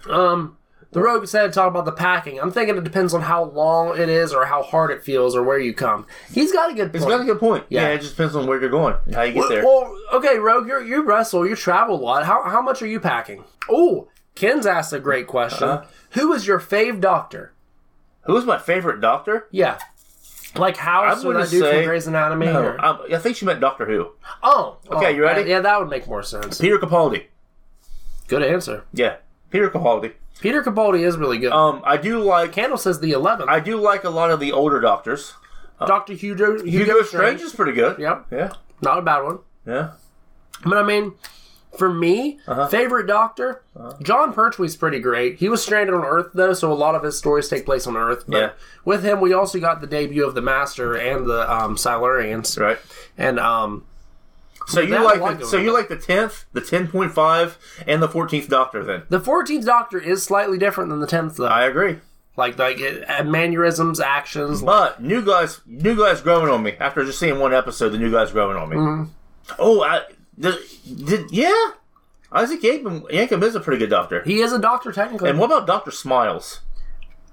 A: Um, the rogue said talk about the packing. I'm thinking it depends on how long it is or how hard it feels or where you come. He's got a good
B: It's
A: point.
B: got a good point.
A: Yeah.
B: Yeah. it just depends on where you're going and how you get there.
A: Well, okay, Rogue, you you wrestle, you travel a lot. How how much are you packing? Oh, Ken's asked a great question.
B: Uh-huh.
A: Who is your fave doctor?
B: Who's my favorite doctor?
A: Yeah, like House or
B: gonna
A: that dude from
B: say-
A: Grey's Anatomy?
B: No,
A: or-
B: Um, I, I think she meant Doctor Who.
A: oh,
B: Okay,
A: oh,
B: you ready?
A: that- yeah, that would make more sense.
B: Peter Capaldi.
A: Good answer.
B: Yeah, Peter Capaldi.
A: Peter Capaldi is really good.
B: Um, I do like
A: Candle says the 11th.
B: I do like a lot of the older doctors.
A: Doctor Hugo, Hugo,
B: Hugo Strange is pretty good.
A: Yep,
B: Yeah,
A: not a bad one.
B: yeah.
A: But I mean, for me,
B: Uh-huh.
A: favorite Doctor, John Pertwee's pretty great. He was stranded on Earth though, so a lot of his stories take place on Earth. But
B: Yeah.
A: with him, we also got the debut of the Master and the um, Silurians,
B: Right.
A: and um,
B: So
A: That
B: you like
A: one
B: the,
A: going
B: so you
A: on.
B: like the tenth, the ten point five, and the fourteenth Doctor. Then
A: the 14th Doctor is slightly different than the 10th though.
B: I agree.
A: like like it, uh, mannerisms, actions.
B: But new guys, new guys growing on me after just seeing one episode. The new guys growing on me. Oh, I did, did yeah. Isaac Yankum, Yankum is a pretty good doctor.
A: He is a doctor technically.
B: And what about Doctor Smiles?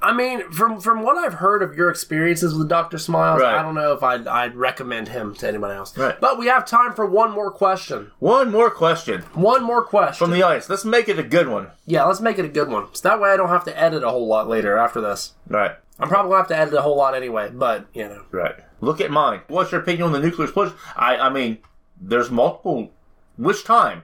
A: I mean, from from what I've heard of your experiences with Doctor Smiles,
B: Right.
A: I don't know if I'd, I'd recommend him to anybody else.
B: Right.
A: But we have time for one more question.
B: One more question
A: One more question.
B: from the audience. Let's make it a good one. All
A: yeah, let's make it a good one. So that way I don't have to edit a whole lot later after this.
B: Right,
A: I'm probably gonna have to edit a whole lot anyway, but you know.
B: right. Look at mine. What's your opinion on the nuclear explosion? I, I mean, there's multiple. Which time?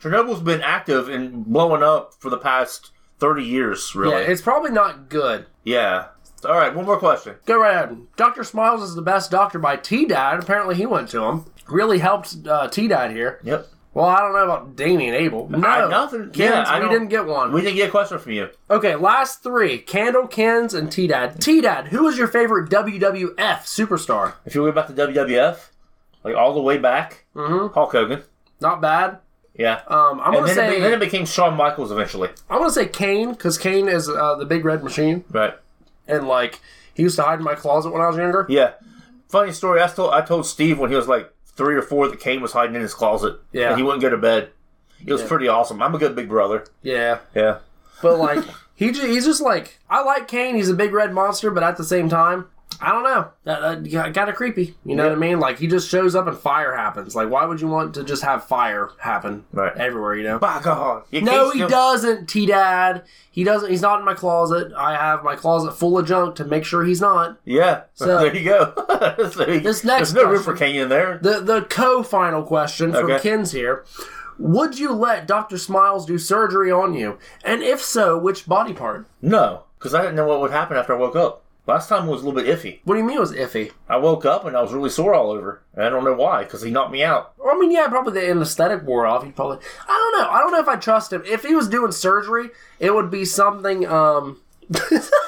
B: Chernobyl's been active and blowing up for the past thirty years, really.
A: Yeah, it's probably not good.
B: yeah. All right. One more question.
A: Go right ahead. Dr. Smiles is the best doctor by T Dad. Apparently he went to him. Really helped uh, T Dad here.
B: Yep.
A: Well, I don't know about Damien Abel. No,
B: I- nothing-
A: Kins,
B: yeah, I
A: we
B: don't-
A: didn't get one.
B: We didn't get a question from you.
A: Okay, last three: Candle, Kins, and T Dad. T Dad, who is your favorite WWF superstar?
B: If you were back to WWF, like all the way back, mm-hmm. Hulk Hogan.
A: Not bad.
B: Yeah.
A: Um, I'm
B: and
A: gonna
B: then, it,
A: say
B: be- then it became Shawn Michaels eventually.
A: I'm gonna say Kane because Kane is uh, the Big Red Machine,
B: Right.
A: and like he used to hide in my closet when I was younger.
B: Yeah. Funny story. I told I told Steve when he was like three or four that Kane was hiding in his closet.
A: Yeah.
B: And he wouldn't go to bed. It was pretty awesome. I'm a good big brother.
A: Yeah,
B: Yeah.
A: but like he ju- he's just like I like Kane. He's a big red monster, but at the same time. I don't know. That, that kind of creepy. You know what I mean? Like he just shows up and fire happens. Like why would you want to just have fire happen
B: Right.
A: everywhere? You know.
B: By God. You
A: No,
B: can't
A: he
B: still-
A: doesn't, T Dad. He doesn't. He's not in my closet. I have my closet full of junk to make sure he's not.
B: Yeah.
A: So-
B: there you go. So he-
A: This next
B: There's no room
A: question-
B: for Kane in there.
A: The the co final question from
B: Okay.
A: Ken's here. Would you let Doctor Smiles do surgery on you? And if so, which body part?
B: No. because I didn't know what would happen after I woke up. Last time was a little bit iffy.
A: What do you mean it was iffy?
B: I woke up and I was really sore all over, and I don't know why because he knocked me out.
A: Or, I mean, yeah, probably the anesthetic wore off. He probably, I don't know. I don't know if I trust him. If he was doing surgery, it would be something. Um,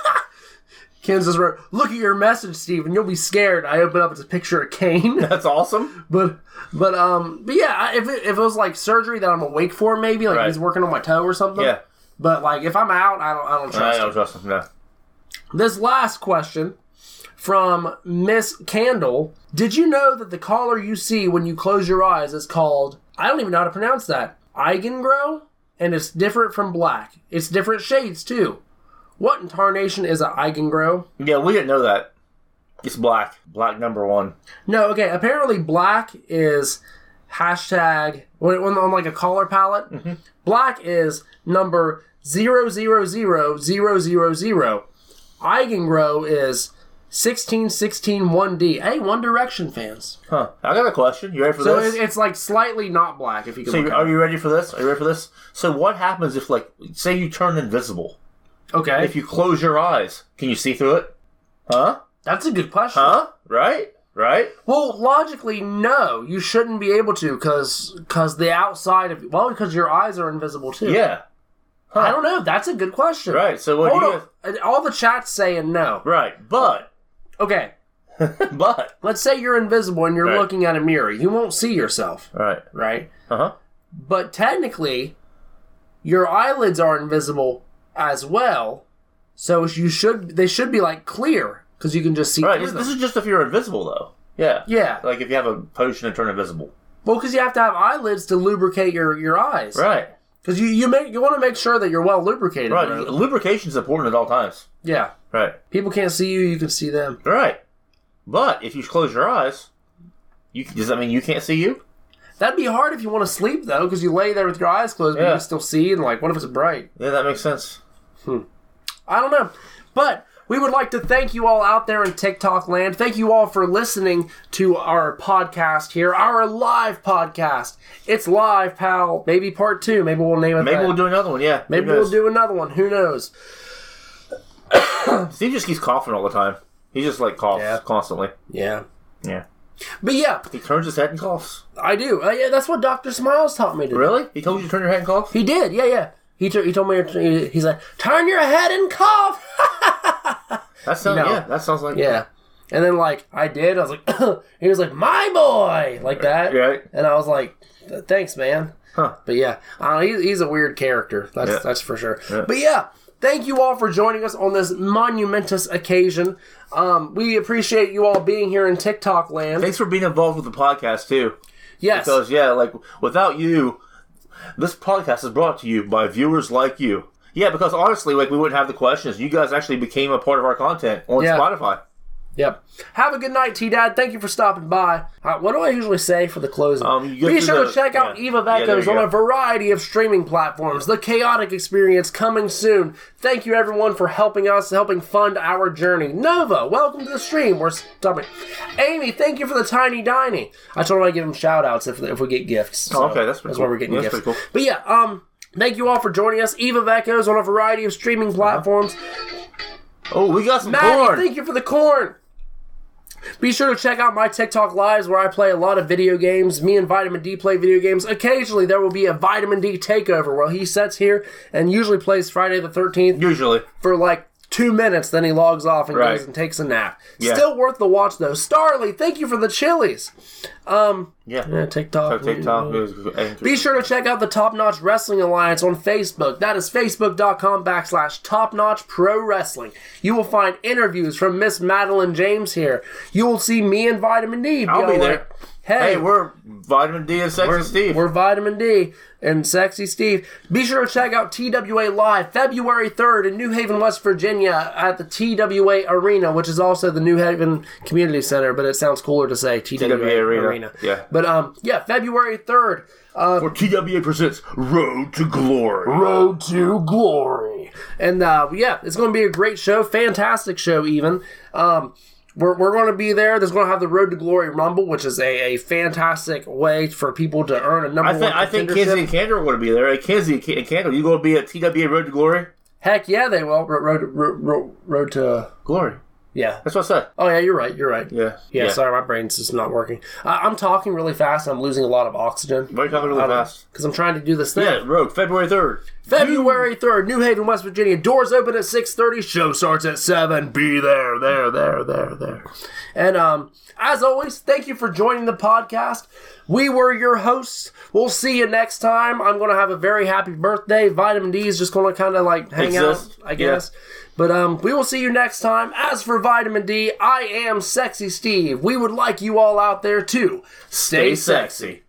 A: Kansas wrote, "Look at your message, Steve, and you'll be scared." I open up; it's a picture of Kane.
B: That's awesome.
A: but, but, um, but yeah, I- if it, if it was like surgery that I'm awake for, maybe like
B: Right.
A: he's working on my toe or something.
B: Yeah,
A: But like if I'm out, I don't, I don't
B: I
A: trust
B: don't
A: him.
B: trust him. No.
A: This last question from Miss Candle. Did you know that the color you see when you close your eyes is called, I don't even know how to pronounce that, eigengrow? And it's different from black. It's different shades too. What in tarnation is an eigengrow?
B: Yeah, we didn't know that. It's black. Black number one.
A: No, okay, apparently black is hashtag, when, when on like a color palette,
B: Mm-hmm.
A: black is number 000000. Eigengrow is 16161D. Hey, One Direction fans.
B: Huh. I got a question. You ready for
A: So
B: this?
A: it, it's like slightly not black if you can
B: so
A: look
B: you,
A: at
B: are
A: it.
B: you ready for this? Are you ready for this? So what happens if, like, say you turn invisible?
A: Okay,
B: If you close your eyes, can you see through it? Huh?
A: that's a good question.
B: Huh? Right? Right?
A: Well, logically, no, you shouldn't be able to because cause the outside of, well, because your eyes are invisible too.
B: Yeah.
A: I don't know. That's a good question.
B: Right. So what?
A: Hold
B: do you
A: on. And All the chat's saying no.
B: Right. But
A: Okay.
B: but
A: Let's say you're invisible and you're
B: Right.
A: looking at a mirror. You won't see yourself,
B: right.
A: right?
B: Uh huh.
A: But technically, your eyelids are invisible as well. So you should they should be like clear because you can just see
B: Right.
A: through
B: This,
A: them.
B: this is just if you're invisible though. Yeah.
A: yeah.
B: Like if you have a potion to turn invisible.
A: Well, because you have to have eyelids to lubricate your, your eyes.
B: Right.
A: Because you you make you want to make sure that you're well lubricated.
B: Right.
A: bro.
B: Lubrication is important at all times.
A: Yeah.
B: Right.
A: People can't see you. You can see them.
B: Right. But if you close your eyes, you does that mean you can't see you?
A: That'd be hard if you want to sleep though, because you lay there with your eyes closed, but you
B: Yeah.
A: can still see. And like, what if it's bright?
B: Yeah, that makes sense.
A: I don't know. But we would like to thank you all out there in TikTok land. Thank you all for listening to our podcast here, our live podcast. It's live, pal. Maybe part two. Maybe we'll name it.
B: Maybe
A: that.
B: we'll do another one. Yeah. who
A: Maybe we'll
B: knows?
A: do another one. Who knows?
B: Steve just keeps coughing all the time. He just like coughs
A: Yeah.
B: constantly.
A: Yeah.
B: Yeah.
A: But yeah,
B: He turns his head and coughs.
A: I do. Uh, yeah, that's what Doctor Smiles taught me to. do.
B: Really? He told you to turn your head and cough?
A: He did. Yeah, yeah. He, t- he told me. he- He's like, turn your head and cough.
B: That sounds
A: No.
B: yeah. That sounds like
A: yeah. And then like I did. I was like, he was like, my boy, like that.
B: Right.
A: And I was like, "Th- thanks, man.
B: Huh.
A: But yeah, uh, he, he's a weird character. That's
B: Yeah.
A: that's for sure. But yeah, thank you all for joining us on this monumentous occasion. Um, we appreciate you all being here in TikTok land.
B: Thanks for being involved with the podcast too.
A: Yes,
B: Because yeah, like without you, this podcast is brought to you by viewers like you. Yeah, because honestly, like we wouldn't have the questions. You guys actually became a part of our content on
A: Yeah.
B: Spotify.
A: yep. Have a good night, T Dad. Thank you for stopping by. Uh, what do I usually say for the closing?
B: Um, you go
A: Be
B: through
A: sure to
B: the-
A: check out
B: yeah.
A: Eva
B: Yeah, there
A: Vecos
B: you
A: on
B: go.
A: a variety of streaming platforms. The Chaotic Experience coming soon. Thank you everyone for helping us, helping fund our journey. Nova, welcome to the stream. We're stopping. Amy, thank you for the tiny dining. I told her I'd give them shout outs if, if we get gifts. So
B: Oh, okay, that's pretty
A: that's
B: cool.
A: why we're getting
B: Yeah,
A: gifts.
B: that's pretty cool.
A: But yeah, um, thank you all for joining us. Eva Vecos on a variety of streaming
B: Uh-huh.
A: platforms.
B: Oh, we got some
A: Maddie,
B: corn.
A: thank you for the corn. Be sure to check out my TikTok lives where I play a lot of video games. Me and Vitamin D play video games. Occasionally, there will be a Vitamin D takeover where he sits here and usually plays Friday the 13th
B: Usually,
A: for like two minutes, then he logs off and
B: Right.
A: goes and takes a nap.
B: Yeah.
A: Still worth the watch, though. Starly, thank you for the chilies.
B: yeah.
A: Yeah, TikTok.
B: TikTok, Anchor.
A: Be sure to check out the Top Notch Wrestling Alliance on Facebook. That is facebook.com backslash top notch pro wrestling. You will find interviews from Miss Madeline James here. You will see me and Vitamin D.
B: I'll be
A: all
B: there.
A: like, Hey,
B: Hey,
A: we're,
B: we're Vitamin D and Sexy Steve.
A: we're Vitamin D and Sexy Steve. Be sure to check out TWA Live February 3rd in New Haven, West Virginia at the TWA Arena, which is also the New Haven Community Center, but it sounds cooler to say TWA,
B: TWA
A: Arena.
B: Arena. Yeah.
A: But um, yeah, February 3rd.
B: For TWA presents Road to Glory.
A: Road to Glory. And uh, yeah, it's going to be a great show, fantastic show, even. Um, we're, we're going to be there. There's going to have the Road to Glory Rumble, which is a, a fantastic way for people to earn a number
B: I think
A: one
B: I think
A: contendership.
B: Kenzie and Candor are going to be there. Hey, Kenzie and Candor, you going to be at TWA Road to Glory?
A: Heck yeah, they will. Ro- Road, road, road, road to
B: Glory.
A: yeah.
B: That's what I said.
A: Oh yeah, you're right. You're right.
B: Yeah.
A: Yeah, sorry, my brain's just not working. I, I'm talking really fast. and I'm losing a lot of oxygen
B: Why are you talking really fast?
A: because I'm trying to do this thing.
B: Yeah, Rogue, February 3rd.
A: February third, New Haven, West Virginia. Doors open at six thirty. Show starts at seven. Be there, there, there, there, there. And um, as always, thank you for joining the podcast. We were your hosts. We'll see you next time. I'm gonna have a very happy birthday. Vitamin D is just gonna kind of like hang
B: Exist.
A: out, I
B: Yeah.
A: guess. But um, we will see you next time. As for vitamin D, I am Sexy Steve. We would like you all out there to stay sexy.